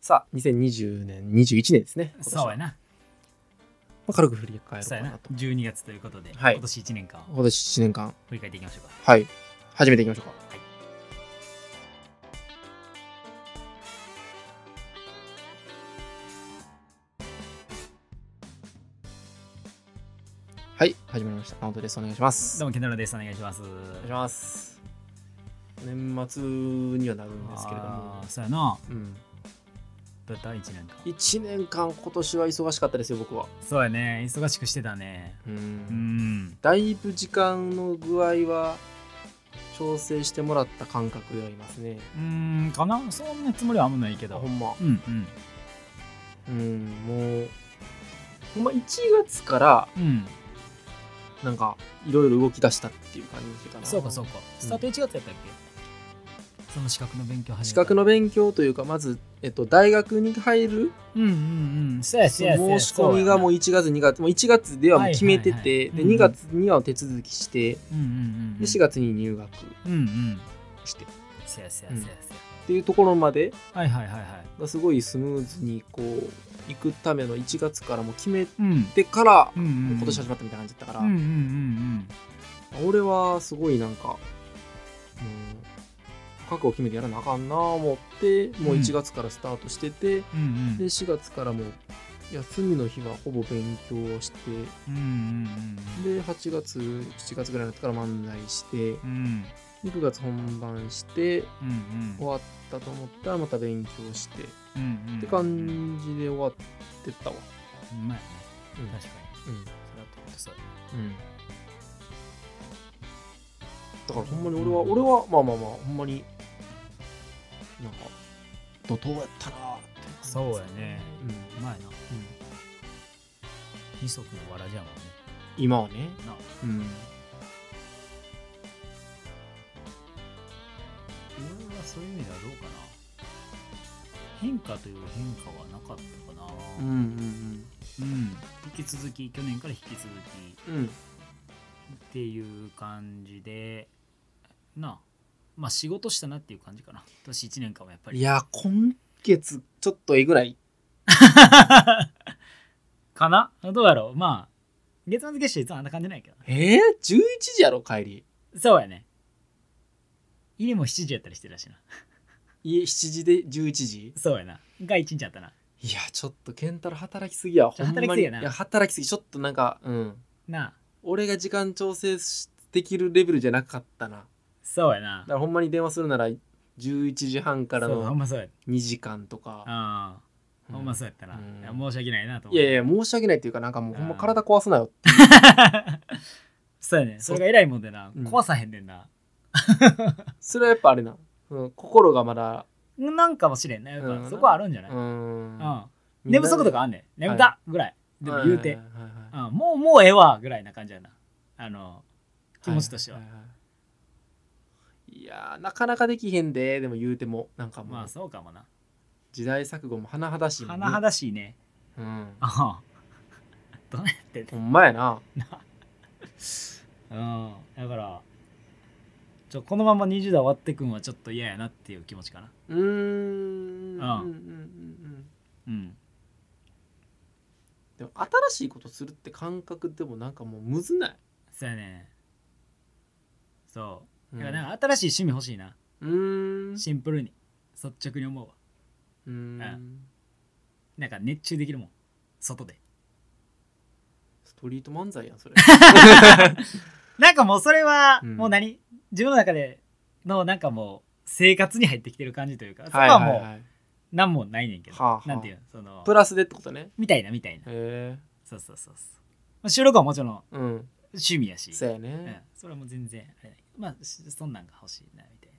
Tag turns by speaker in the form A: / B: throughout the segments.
A: さあ、2020年、21年ですね。今年は
B: そうやな。
A: まあ、軽く振り返ろう
B: そう
A: か
B: や
A: な
B: な
A: と。。
B: 12月ということで、
A: はい
B: 今年1年間を
A: 今年1年間、
B: 振り返っていきましょうか。
A: はい、始めていきましょうか。はい、始まりました。直人です。お願いします。
B: どうも、ケンタロウです。お願いします。
A: お願いします。年末にはなるんですけれども
B: あー、そうやな。
A: うん、
B: どうやった1年間。
A: 1年間今年は忙しかったですよ、僕は。
B: そうやね。忙しくしてたね。
A: う、
B: うんん。
A: だいぶ時間の具合は調整してもらった感覚ではいますね。
B: うーん、かなそんなつもりはあんまないけ
A: あ
B: ど
A: ほ。んま。
B: うんうん。
A: うん、もう、ほんま1月から
B: うん。
A: なんかいろいろ動き出したっていう感じかな。
B: そうかそうか。スタート1月やったっけ、その資格の勉強始めた。
A: 資格の勉強というか、まず、えっと、大学に入る
B: うんうんうん。そうや
A: そ
B: そう
A: の
B: やそうや。
A: 申し込みがもう
B: う
A: 1月2月もう1月ではもう決めて
B: はいはい
A: て
B: はい
A: で
B: うん
A: 2月には手続きして
B: やな。うんうんうん。
A: で4。月に入学
B: うんうん。
A: してっ
B: そうやそうやそうやそうや。
A: ていうところまで
B: はいはいはいはい。
A: がすごいスムーズにこう行くための1月からもう決め
B: うん。
A: てから
B: うんうん、
A: 今年始まったみたいな感じだったか
B: うんうんうん
A: ら俺はすごいなんかもう覚悟を決めてやらなあかんなあ思ってもう1月からスタートしててで
B: うんうんうん
A: 4月からもう休みの日はほぼ勉強をして
B: うんうん
A: で8月7月ぐらいになってから漫才して
B: うんうん
A: で9月本番して
B: うんうん
A: 終わったと思ったらまた勉強して、
B: うんうん
A: って感じで終わってったわ、
B: うまいね
A: うん
B: 確かに
A: うん
B: それはほんとそう
A: だからほんまに俺は俺はまあまあまあほんまになんか怒涛やったなーって感じです
B: そうやね
A: うんうん
B: うまいな二足のわらじやもんね
A: 今はね
B: な
A: うん俺
B: 俺はそういう意味ではどうかな変化という変化はなかったかな
A: うんうん
B: うん引き続き去年から引き続き
A: うんうん
B: っていう感じでなあまあ仕事したなっていう感じかな今年1年間はやっぱり
A: いや今月ちょっとえぐらい
B: かなどうやろうまあ月末月始いつもあんな感じないけどね
A: えー、11時やろ帰り
B: そうやね家も7時やったりしてるらしいな
A: 家7時で11時
B: そうやなが1日あったない
A: やちょっと健太郎働きすぎやほんまに
B: 働きすぎやない
A: や働きすぎちょっとなんかうん
B: なあ
A: 俺が時間調整しできるレベルじゃなかったなだ
B: そうやな
A: からほんまに電話するなら11時半から
B: そうほん
A: の
B: まそうや
A: 2時間とか、
B: ああ
A: うん
B: ほんまそうやったな、
A: うん
B: いや申し訳ないなと思
A: い
B: っ
A: や
B: て
A: いや申し訳ないっていうかなんかもうほんま
B: うん
A: 体壊すなよって
B: そうやね
A: そ
B: そうれが偉いもんでな、
A: うん
B: 壊さへんねんな
A: それはやっぱあれな、うん、心がまだ
B: なんかもしれんねやっぱ、
A: うん
B: そこはあるんじゃな
A: う
B: い、
A: ー
B: うん
A: ん
B: 寝不足とかあんねん
A: はい
B: 眠たぐらい、でも言うて、
A: はいはいはいはい
B: うん、もうもうええわぐらいな感じやなあの気持ちとしては、
A: いいいいやーなかなかできへんででも言うてもなんかもう、
B: まあそうかもな
A: 時代錯誤も甚だしいもんね
B: 甚だしいね
A: うん
B: ああ どうやってんの
A: ほんまやな
B: うんだからちょこのまま20代終わってくんはちょっと嫌やなっていう気持ちかな
A: うーんうんうん
B: ああ
A: うんうん
B: うん
A: でも新しいことするって感覚でもなんかもうむずない、
B: そうやねそう
A: う
B: だ
A: ん、
B: からなんか新しい趣味欲しいな、
A: うーん
B: シンプルに率直に思うわ
A: うーん
B: なんか熱中できるもん外で
A: ストリート漫才やんそれ
B: なんかもうそれは
A: うん
B: もう何、自分の中でのなんかもう生活に入ってきてる感じというかそこ
A: はい
B: は
A: はい、
B: も
A: はいう
B: なんもないねんけど、
A: はあはあ
B: なんていうのその
A: プラスでってことね
B: みたいなみたいな
A: へ
B: そうそうそうそうまあ収録はもちろん
A: えうん
B: 趣味やし
A: そうや
B: うん
A: ね、、
B: それはもう全然あれだけどまあしそんなんが欲しいなみたいな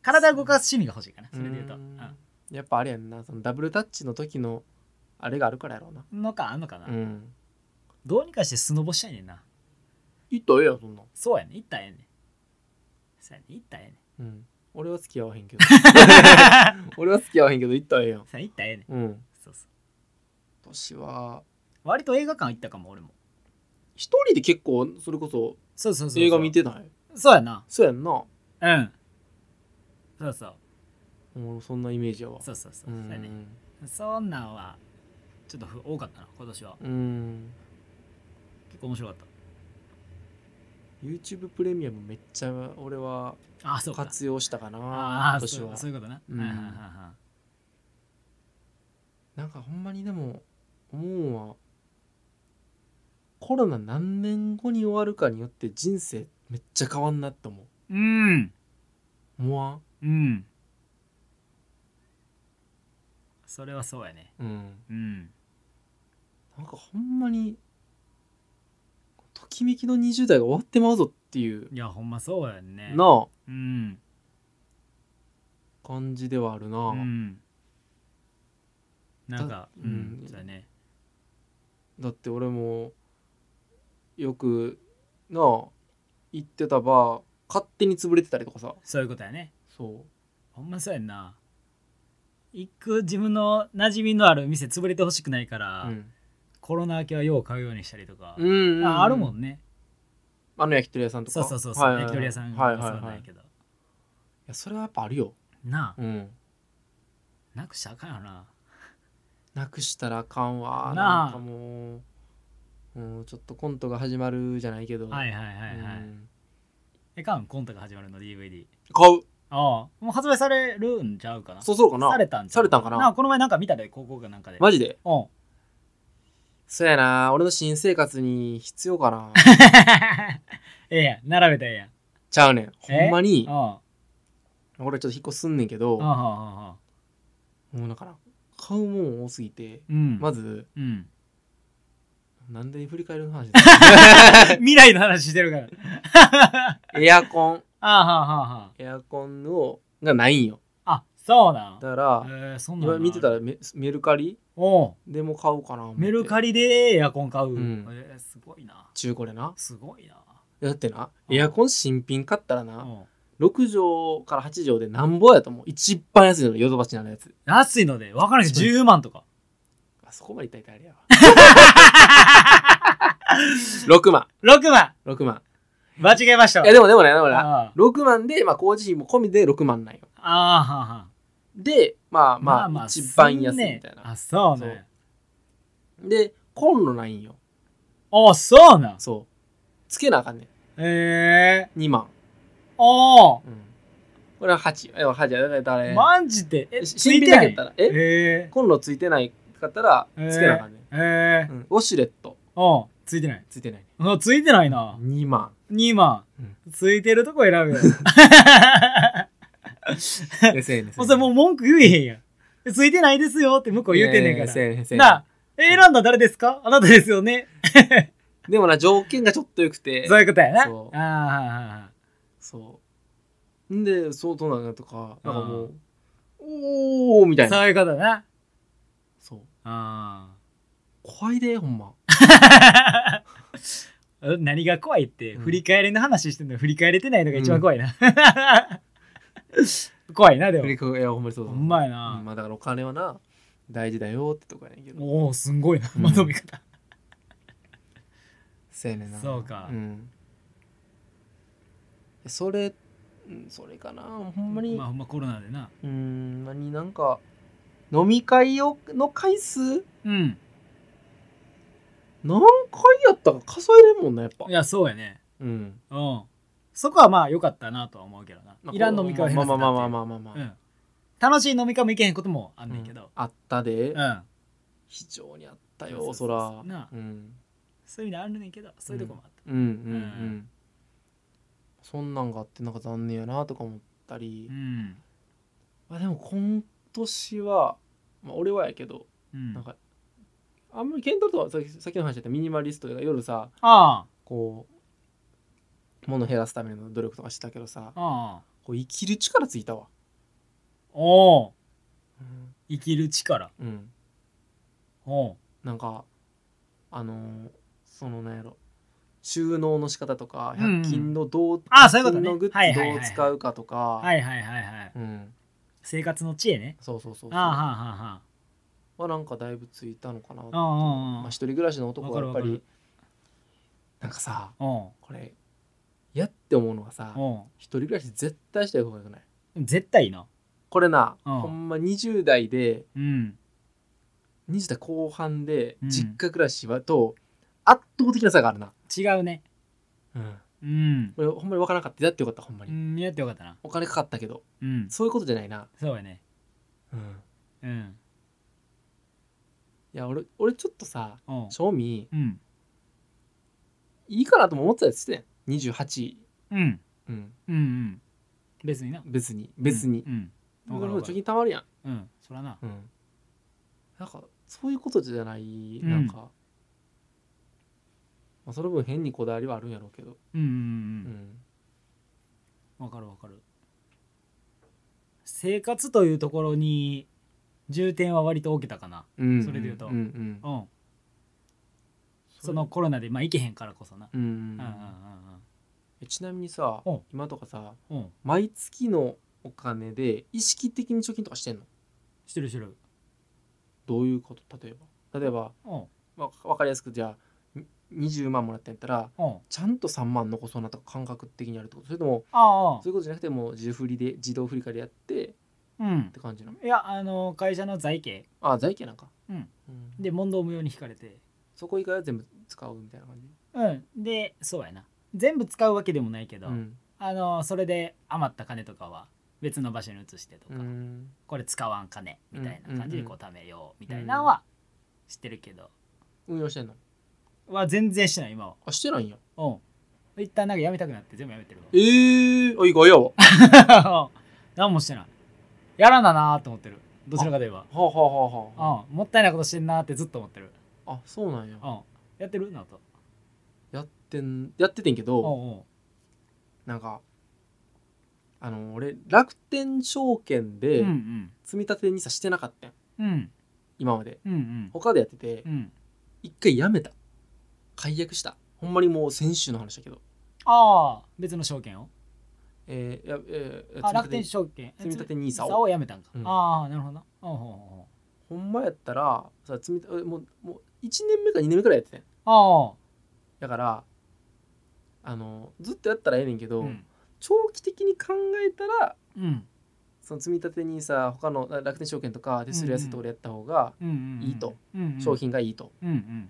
B: 体を動かす趣味が欲しいかなそれで言うと
A: ーん
B: あ
A: やっぱあれやんなそのダブルタッチの時のあれがあるからやろうな
B: のかあんのかな、
A: うん
B: どうにかしてスノボしたいねんない
A: ったらええやんそんなん
B: そうやねん行ったらええねんそうやねん行ったらええねん
A: うん俺は付き合わへんけど俺は付き合わへんけど行ったらええやん
B: そうや行ったらええねん
A: うん
B: そうそう
A: 今年は
B: 割と映画館行ったかも俺も
A: 一人で結構それこそ
B: そうそうそうそう
A: 映画見てない
B: そうやな
A: そうやんな
B: うんそうそう
A: もうそんなイメージやわ
B: そうそうそうう、そうやね
A: ん
B: そんなんはちょっとふ多かったな今年は
A: うん
B: 結構面白かっ
A: YouTube プレミアムめっちゃ俺は
B: たあそうか
A: 活用したかな
B: あ
A: 今
B: あ
A: 年
B: そう
A: は
B: そういうことな、
A: うん
B: はいはいはいは
A: なんかほんまにでも思うんはコロナ何年後に終わるかによって人生めっちゃ変わんなって思
B: いうん
A: う思わん
B: うんそれはそうやね
A: うん
B: うん
A: なんかほんまにときめきの20代が終わってまうぞっていう
B: いやほんまそうやんね
A: な
B: うん
A: あ感じではあるな、
B: うんなんか
A: だう
B: う
A: んん
B: そうやね
A: だって俺もよくなあ行ってたバー勝手に潰れてたりとかさ
B: そういうことやね
A: そ
B: ほんまそうやんな行く自分の馴染みのある店潰れてほしくないから、
A: う、うん
B: コロナ明けはよう買うようにしたりとか、
A: うんうんうん
B: ああるもんね
A: あの焼き鳥屋さんと
B: そう
A: か
B: そうそうそう、
A: はいはいはい
B: 焼き鳥屋さん
A: はい
B: が
A: は
B: そ
A: いう
B: な
A: は
B: ん
A: い
B: や
A: い
B: けど、
A: やそれはやっぱあるよ
B: なあ
A: うん
B: なくしちゃあかんよな
A: なくしたらあかんわ
B: なあ
A: なんかもう、うん、ちょっとコントが始まるじゃないけど
B: はいいはいはいは
A: う
B: い、
A: ん、
B: えかんコントが始まるの DVD
A: 買う
B: ああもう発売されるんちゃうかな
A: そうそうかな
B: されたんちゃう
A: されたんかな
B: この前なんか見たで高校かなんかで、
A: マジで
B: うん
A: そうやな俺の新生活に必要か な
B: ええやん並べたらえ
A: ちゃうねんほんま
B: え
A: に
B: やんうん
A: 俺ちょっと引っ越しすんねんけど
B: うんうんうんうん
A: もうだから買うもん多すぎて、
B: うん
A: まず
B: うん、
A: なんで振り返るの話だ
B: 未来の話してるから。
A: エアコン
B: あーはあはあは
A: エアコンをがないんよ
B: あ。あ、そうなん。
A: だから、
B: えー、そんなんな
A: 今
B: ん
A: 見てたらメメルカリ
B: おう
A: でも買おうかな思って
B: メルカリでエアコン買う。
A: うん
B: えーすごいな。
A: 中古でな
B: すごいな。
A: だってな
B: うん
A: エアコン新品買ったら
B: う
A: な、
B: ん
A: 6畳から8畳でなんぼやと思う一番安いのがヨドバシなのやつ
B: 安いので、わからないし、10万とか。
A: あそこまで言ったらあれやわ 6万
B: 6万
A: 6万
B: 間違えました
A: いやでもでもねでもね
B: あー
A: 6万で、まあ、工事費も込みで6万なんよ
B: あーはあはあ
A: でまあまあ一番安いみたいな、
B: あ、そうね。
A: でコンロないんよ
B: あ、そうなん。
A: そうつけなあかんね
B: ええ
A: ん2万、
B: ー。お
A: うん、これは8え8だから
B: ー
A: 誰
B: マジで。え、つ
A: 新
B: い
A: 品
B: て
A: だ
B: な
A: けやっ
B: い
A: たら
B: え
A: え
B: え
A: コンロついてないかったら
B: えー
A: つけなあかんねん、
B: ー。ええ
A: うん、ウォシュレット
B: ー。おうついてない。
A: ついてないね
B: あついてないな。
A: 2万
B: 2万、
A: う
B: ついてるとこ選 べよ
A: えせえね
B: もうそれもう文句言えへんやんついてないですよって向こう言うてんねんから、
A: せえねせえね
B: なあえ選んだ誰ですかあなたですよね
A: でもな条件がちょっとよくて
B: そういうことやな
A: そ
B: ああ
A: そうんで相当なんだとかなんかも
B: う
A: うおーみたいな
B: そういうことな
A: そう
B: あ
A: 怖いでほんま
B: ーえ何が怖いって、
A: うん
B: 振り返りの話してんの振り返れてないのが一番怖いな、 怖いなで
A: 振り
B: も
A: かいやほんまにそう
B: ほ
A: そうん
B: まやな、
A: まあだからお金はな大事だよってとこやねんけど
B: おおすんごいな
A: うん
B: まとめ方、
A: せやねんな
B: そうか
A: んそれうんそれかなほんまに、
B: まあほんまコロナでな
A: うん何なんか飲み会をの回数
B: うん
A: 何回やったか数えれんもんなやっぱ
B: いやそうやね
A: うん
B: うん。そこはまあ良かったなとは思うけどな
A: ま。あ
B: いらん飲み会は減
A: ま
B: ら
A: あま
B: せた
A: あ
B: ってい
A: ま
B: う
A: あまあまあまあまあ、
B: うん。楽しい飲み会も行けへんこともあんねんけど。
A: あったで、
B: うん。
A: 非常にあった
B: そ
A: よ
B: うそ
A: そう
B: そう
A: ら
B: なあ
A: うん
B: そういう意味であるねんけど、そういうとこもあっ
A: うんうんうん、
B: う
A: そんなんがあってなんか残念やなとか思ったり
B: た。う、ん。
A: まあでも今年は、まあ、俺はやけど
B: うん。
A: なん
B: あ
A: かあんまりケントルとはさっきさっきの話だったミニマリストが夜さ
B: あ。
A: こう物減らすための努力とかしてたけどさ
B: ああ。
A: こう生きる力ついたわ
B: おお。
A: うん、
B: 生きる力。
A: うん、
B: おう
A: なんかあのーそのなんやろ収納の仕方とか
B: うんうん
A: 100均のどう、
B: あそういうことね
A: 100均のグ
B: はい
A: ッズ
B: はいはい
A: ど
B: は
A: う
B: い
A: 使うかとか、
B: はいはいはいはい。
A: うん、
B: 生活の知恵ね。
A: そうそうそうそう
B: ああはあはあはあ。
A: はなんかだいぶついたのかな
B: ああああ
A: まあ、一人暮らしの男はやっぱ
B: わかるわ
A: り
B: か
A: なんかさ
B: おう
A: これやって思うのがさ
B: おう
A: 一人暮らし絶対した方がよくない
B: 絶対いいな。
A: これな、
B: うん
A: ほんま20代で
B: うん
A: 20代後半で
B: うん
A: 実家暮らしはと圧倒的な差があるな、
B: 違うね
A: うん、
B: うん
A: これほんまに分からなかったやってよかったほんま
B: う
A: に、
B: んやってよかったな
A: お金かかったけど
B: うん
A: そういうことじゃないな、
B: そうやね
A: うん、
B: うん
A: いや俺俺ちょっとさ
B: おう
A: 賞味
B: うん
A: いいかなとも思ってたやつで28、
B: うん
A: うん、
B: うんうん別にな
A: 別に別に
B: う、んうんわか
A: 俺
B: る
A: も
B: わ
A: 貯
B: か
A: 金
B: る
A: たまるやん、
B: うんそらな
A: うん、なんかそういうことじゃない
B: うん
A: なんか、まあ、その分変にこだわりはあるんやろうけど、
B: うんうん
A: う
B: うんうん
A: ん、
B: わかるわかる生活というところに重点は割と置けたかな
A: うん
B: それで言うと
A: んうん
B: うんそのコロナでまあ行けへんからこそな
A: うんうん
B: うん
A: う
B: うん
A: ん
B: うん
A: えちなみにさ
B: うん
A: 今とかさ
B: うんうん
A: 毎月のお金で意識的に貯金とかしてんの
B: してるしてる
A: どういうこと例えば例えば、
B: うん
A: まあ、わかりやすくじゃあに20万もらったんやったら
B: うん
A: ちゃんと3万残そうなとか感覚的にやるってことそれとも
B: あ
A: そ
B: あ
A: ういうことじゃなくてもう自振りで自動振り替えでやってっ
B: うん
A: て感じなの
B: いやあの会社の財形
A: ああ財形なんか、
B: うん
A: うん
B: で問答無用に引かれて
A: そこ以外は全部使うみたいな感じ
B: うんでそうやな全部使うわけでもないけど、
A: うん
B: あのそれで余った金とかは別の場所に移してとか、
A: うん
B: これ使わん金みたいな感じでこう貯めようみたいな
A: う
B: の
A: ん
B: は知ってるけど、
A: 運用してんの
B: は全然してない今は
A: あしてないんや
B: うん一旦なんかやめたくなって全部やめてる
A: ええあ意外やわは
B: わ 何もしてないやらななーと思ってるどちらかといえば
A: あはあはあは
B: うんもったいないことしてんなーってずっと思ってる
A: ああそうなんや
B: うんやってるなと
A: やってんやっててんけ
B: うん
A: ど
B: うん
A: なんかあの俺楽天証券で
B: うんうん
A: 積み立て NISA してなかったん
B: うん
A: 今まで
B: うんうん
A: 他でやってて
B: うん
A: 一回やめた解約したほんまにもう先週の話だけど
B: ああ別の証券を
A: えー、いやえー、
B: あ楽天
A: 証
B: 証券
A: 積み立て
B: え
A: NISA を
B: をやめたんか、
A: うん
B: ああなるほどなうんうんうんうん
A: ほんまやったらさ積み立てもうもう1年目か2年目くらいやっててん
B: あ
A: だからあのずっとやったらええねんけ
B: あ
A: ど、
B: うん
A: 長期的に考えたら
B: うん
A: その積み立てにさ他のあ楽天証券とか手数料安いところでやった方が
B: うんうんうん
A: いいと
B: うんうん
A: 商品がいいと、
B: うんうんうん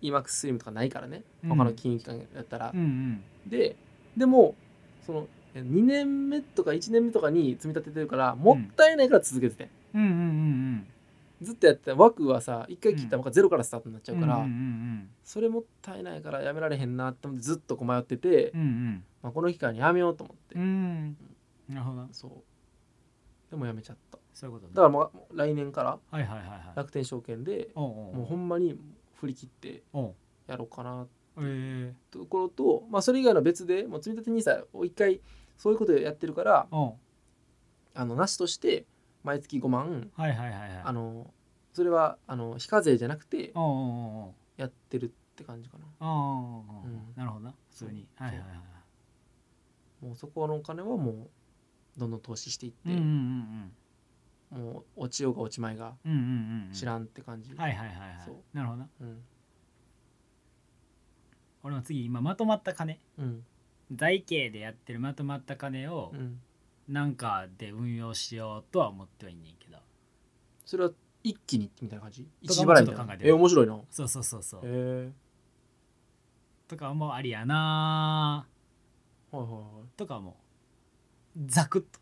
A: イマ EMAX スリムとかないからね
B: うん
A: 他の金融機関やったら、
B: うんうん
A: ででもその2年目とか1年目とかに積み立ててるからもったいないから続けてて、
B: うんうんうん
A: ずっとやってた枠はさ1回切ったらまたゼロからスタートになっちゃ
B: う
A: うんから、
B: うんうん
A: それもったいないからやめられへんなって思ってずっとこう迷ってて、
B: うんうん
A: まあ、この期間にやめようと思って、
B: うんうんなるほどな
A: そうでもやめちゃった
B: そういうことね
A: だからもう来年から
B: はいはいはいはい
A: 楽天証券で
B: おう
A: もう
B: おう
A: ほんまに振り切って
B: おう
A: やろうかな
B: ええ
A: ところと、まあ、それ以外の別でもう積み立て NISA を一回そういうことやってるから
B: おう
A: あのなしとして毎月5万
B: はいはいはいはい
A: あのそれはあの非課税じゃなくて
B: おうおうおうおう
A: やってるって感じかな
B: ああ
A: うん
B: なるほどな普通に
A: そう
B: はいはいはいは
A: もうそこのお金はもうどんどん投資していっ
B: いうん
A: て、
B: うんうん
A: もう落ちようが落ちまいが
B: うんうんうんうん
A: 知らんって感じ、
B: はいはいはいはい
A: そう
B: なるほどな
A: うん
B: 俺も次今まとまった金
A: うん
B: 財形でやってるまとまった金を
A: うん
B: なんかで運用しようとは思ってはいんねんけど
A: それは一気にみたいな感じ一
B: と
A: 時
B: かも
A: 払いみたい
B: ちょっと考
A: な
B: えてる
A: え面白いなへ
B: そうそうそうそう
A: え
B: とかもありやな
A: はいはいはい
B: とかもザクッと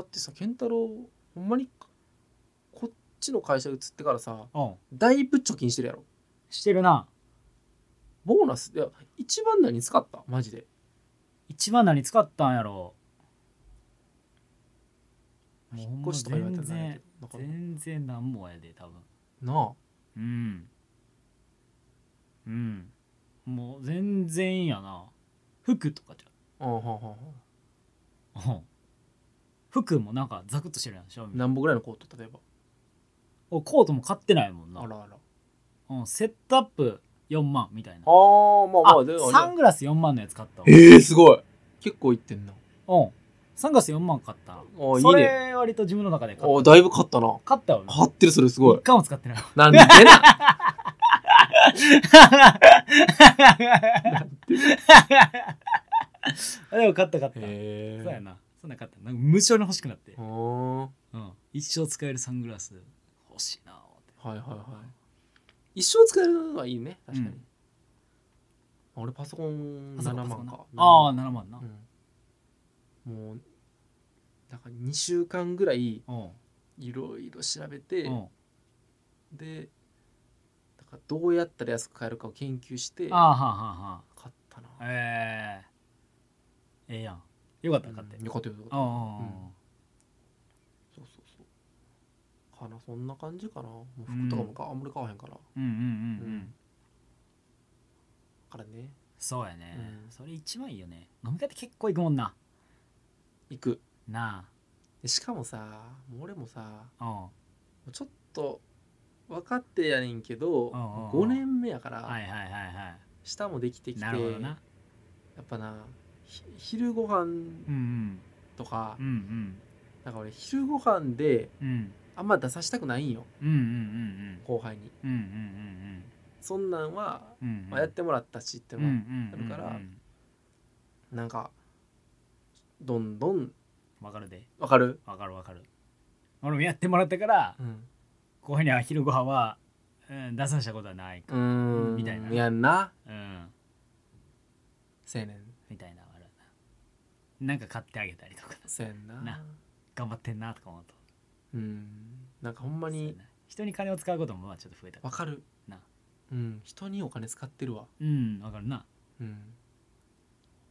A: だってさ健太郎ほんまにこっちの会社移ってからさ
B: うん
A: だいぶ貯金してるやろ
B: してるな
A: ボーナスいや一番何使ったマジで
B: 一番何使ったんやろう
A: 引っ越しとか言われたらないけ
B: 全
A: どだから
B: 然全然なんもやで多分
A: な
B: うんうんもう全然やな服とかじ
A: ああはあはあはあ
B: ゃんうん服もなんかザクッとしてるやん正味
A: 何本ぐらいのコート例えば
B: おコートも買ってないもんな
A: あらあら
B: うん、セットアップ4万みたいな
A: あーまあま
B: あ
A: あでも
B: サングラス4万のやつ買ったわ
A: ええすごい結構いってんな
B: うんサングラス4万買ったな
A: おいい
B: そ
A: ね
B: れ割と自分の中で買っ
A: おだいぶ買ったな
B: た買ったわ
A: 買ってるそれすごい
B: 一回も使ってない わ
A: なんで な
B: でも買った買った、
A: へえ
B: そうやなそんな買ったなんか無償に欲しくなって
A: ふーん
B: うん一生使えるサングラス欲しいな思って
A: はいはいはい一生使えるのはいいね確かに、
B: うん
A: 俺パソコン7万か
B: ああ7万な、
A: うんもうだから2週間ぐらい
B: うん
A: いろいろ調べて、
B: うん
A: でだからどうやったら安く買えるかを研究して
B: あ
A: 買
B: あはあはあは
A: ったな
B: あええええやんよかった
A: う
B: ら
A: ん
B: 買って、
A: よかったよかった
B: ああ、
A: そうそうそうかなそんな感じかなもう服とかもか、あんまり買わへんからだ
B: うんうんうんうん、
A: うんからね
B: そうやね、
A: うん
B: それ一番いいよね飲み会って結構行くもんな
A: 行く
B: な
A: でしかもさもう俺もさ
B: あ
A: ちょっと分かってやねんけど
B: んうんうん
A: 5年目やか
B: うんは
A: ら
B: いはいはいは
A: 下もできてき
B: い
A: て
B: なるほどな
A: やっぱなひ昼ご飯
B: うん
A: とか
B: うんうん
A: なんか俺昼ご飯で
B: うんうん
A: あんま出さしたくないんよ
B: うんうん
A: 後輩に
B: うんうんうんうん
A: そんなんは、
B: うんうん
A: まあ、やってもらったしって
B: う
A: の
B: んう
A: は、
B: んうん
A: だから
B: うん
A: なんかどんどん
B: わかるで
A: わかる、
B: わかるわかる俺もやってもらったから
A: うん
B: 後輩には昼ご飯は、うん、出さしたことはないか
A: うーん
B: みたいな
A: やんな
B: うん
A: せやねん
B: みたいなのあるななんか買ってあげたりとか
A: せやんな
B: な頑張ってんなとか思うと
A: うんなんかほんま
B: そうや
A: に
B: な人に金を使うこともまあちょっと増えた
A: わかる
B: な
A: うん人にお金使ってるわ
B: うんわかるな
A: うん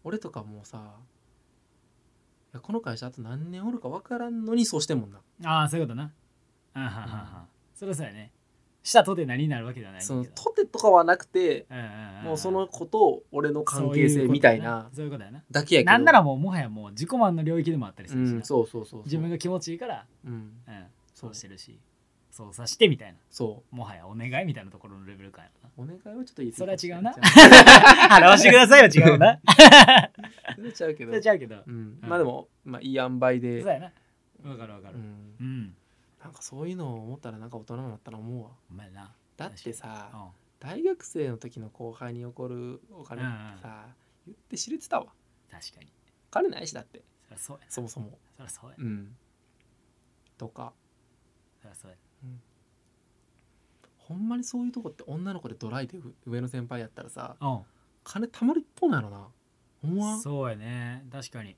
A: 俺とかもうさいやこの会社あと何年おるかわからんのにそうしてんもんな
B: ああそういうことなあははははそれはそうやねしたとて何になるわけではないけ
A: そ
B: ど
A: のとてとかはなくて
B: うんうんうん
A: もうその子と俺の関係性みたいな
B: そういうことやな
A: だけやけど
B: なんならもうもはやもう自己満の領域でもあったりす
A: う
B: るしなん
A: そうそうそうそう
B: 自分が気持ちいいから
A: うん
B: うん
A: そ
B: そううしてるしそうさしてみたいな
A: そ
B: もはやお願いみたいなところのレベル感やろ
A: うお願いはちょっと言い過ぎ
B: それは違うな
A: かもしれん
B: な表してくださいよ違う な
A: それはちゃうけ
B: そ
A: ど
B: れちゃうけど
A: うん
B: うん
A: まあでもまあいい塩梅で
B: そうやなわかるわか
A: う
B: る
A: ん
B: うん
A: なんかそういうのを思ったらなんか大人になったら思うわ
B: お前な
A: だってさ
B: うん
A: 大学生の時の後輩に怒るお金ってさ、言って知れてたわ
B: 確かに
A: 金ないしだって
B: そりゃそうや
A: そもそも
B: そりゃそうや
A: うんとか
B: そりゃそうや
A: ほんまにそういうとこって女の子でドライでう上の先輩やったらさ
B: うん
A: 金たまる一方なのな思わん
B: そうやね確かに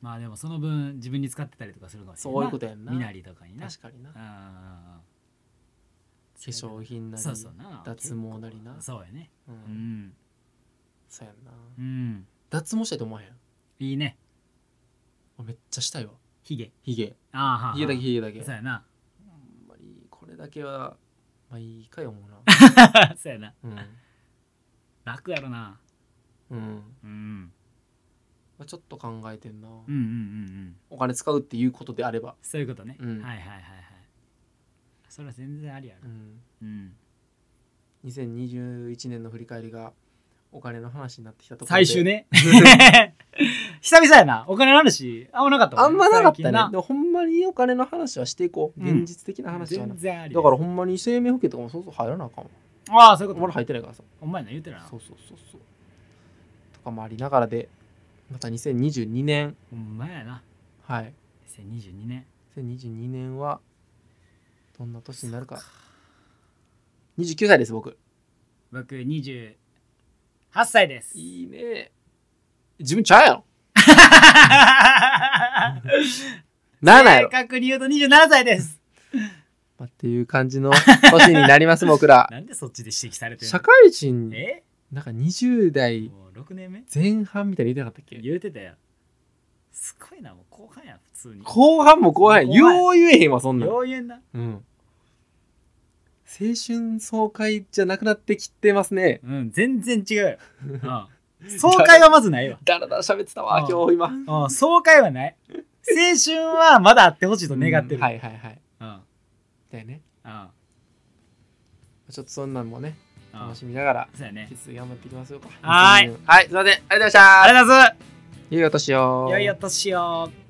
B: まあでもその分自分に使ってたりとかするかもしれ
A: そ
B: ない
A: ういうことやんな
B: 身なりとかにな
A: 確かにな化
B: うんうんうん
A: 粧品なり
B: そうそうな
A: 脱毛なりな
B: そうやね
A: う、
B: うんん
A: そうやんな
B: うん
A: 脱毛したいと思わへん
B: いいね
A: 俺めっちゃしたいわ
B: ヒゲ
A: ヒゲ
B: あーはーはー
A: ヒゲだけヒゲだけ
B: そう
A: ほ
B: やな
A: んまにこれだけはまあいいかよ思うな
B: そうやな
A: うん、
B: 楽やろな
A: うん
B: うん
A: まあ、ちょっと考えてんな、
B: うんうんうんうん
A: お金使うっていうことであれば
B: そういうことね
A: うん
B: はいはいはいはいそれは全然ありや
A: う
B: ろ
A: ん
B: うん
A: 2021年の振り返りがお金の話になってきたところで
B: 最 終ね久々やなお金の話あんまなかったも
A: あんまなかっ
B: 最近
A: たねでもほんまにお金の話はしていこう、
B: うん
A: 現実的な話はなだ
B: 全然あり
A: からほんまに生命保険とかもそうそう入らなあかんわ
B: ああそういうこ
A: ま
B: と
A: だ入ってないからさ
B: お前の言うてるな
A: そうそうそうそうとかもありながらでまた2022年
B: お前やな
A: はい
B: 2022年
A: 2022年はどんな年になるか29歳です僕
B: 僕28歳です
A: いいね自分ちゃうやろならないや
B: 正
A: ろ、
B: 確に言うと27歳です
A: まあ、っていう感じの年になります 僕ら
B: なんでそっちで指摘されてる
A: 社会人
B: え
A: なんか20代
B: もう6年目
A: 前半みたいに言いたかったっけ
B: 言うてたよすごいなもう後半や普通に
A: 後半も後半
B: 後半
A: よう言えへんわそんなん、
B: 妖艶な
A: うん、青春爽快じゃなくなってきてますね
B: うん全然違 うよ、うん、爽快はまずないわ
A: だらだら喋ってたわ
B: うん
A: 今日今
B: うん爽快はない青春はまだあってほしいと願ってる、
A: うんはいはいはい
B: うん
A: だよね
B: うん
A: ちょっとそんなんもね
B: うん
A: 楽しみながら
B: そうやね
A: 引き続き頑張っていきましょうか
B: はーい
A: 2022はいすいませんありがとうございました
B: ありがとうございます
A: 良いお年を
B: 良いお年を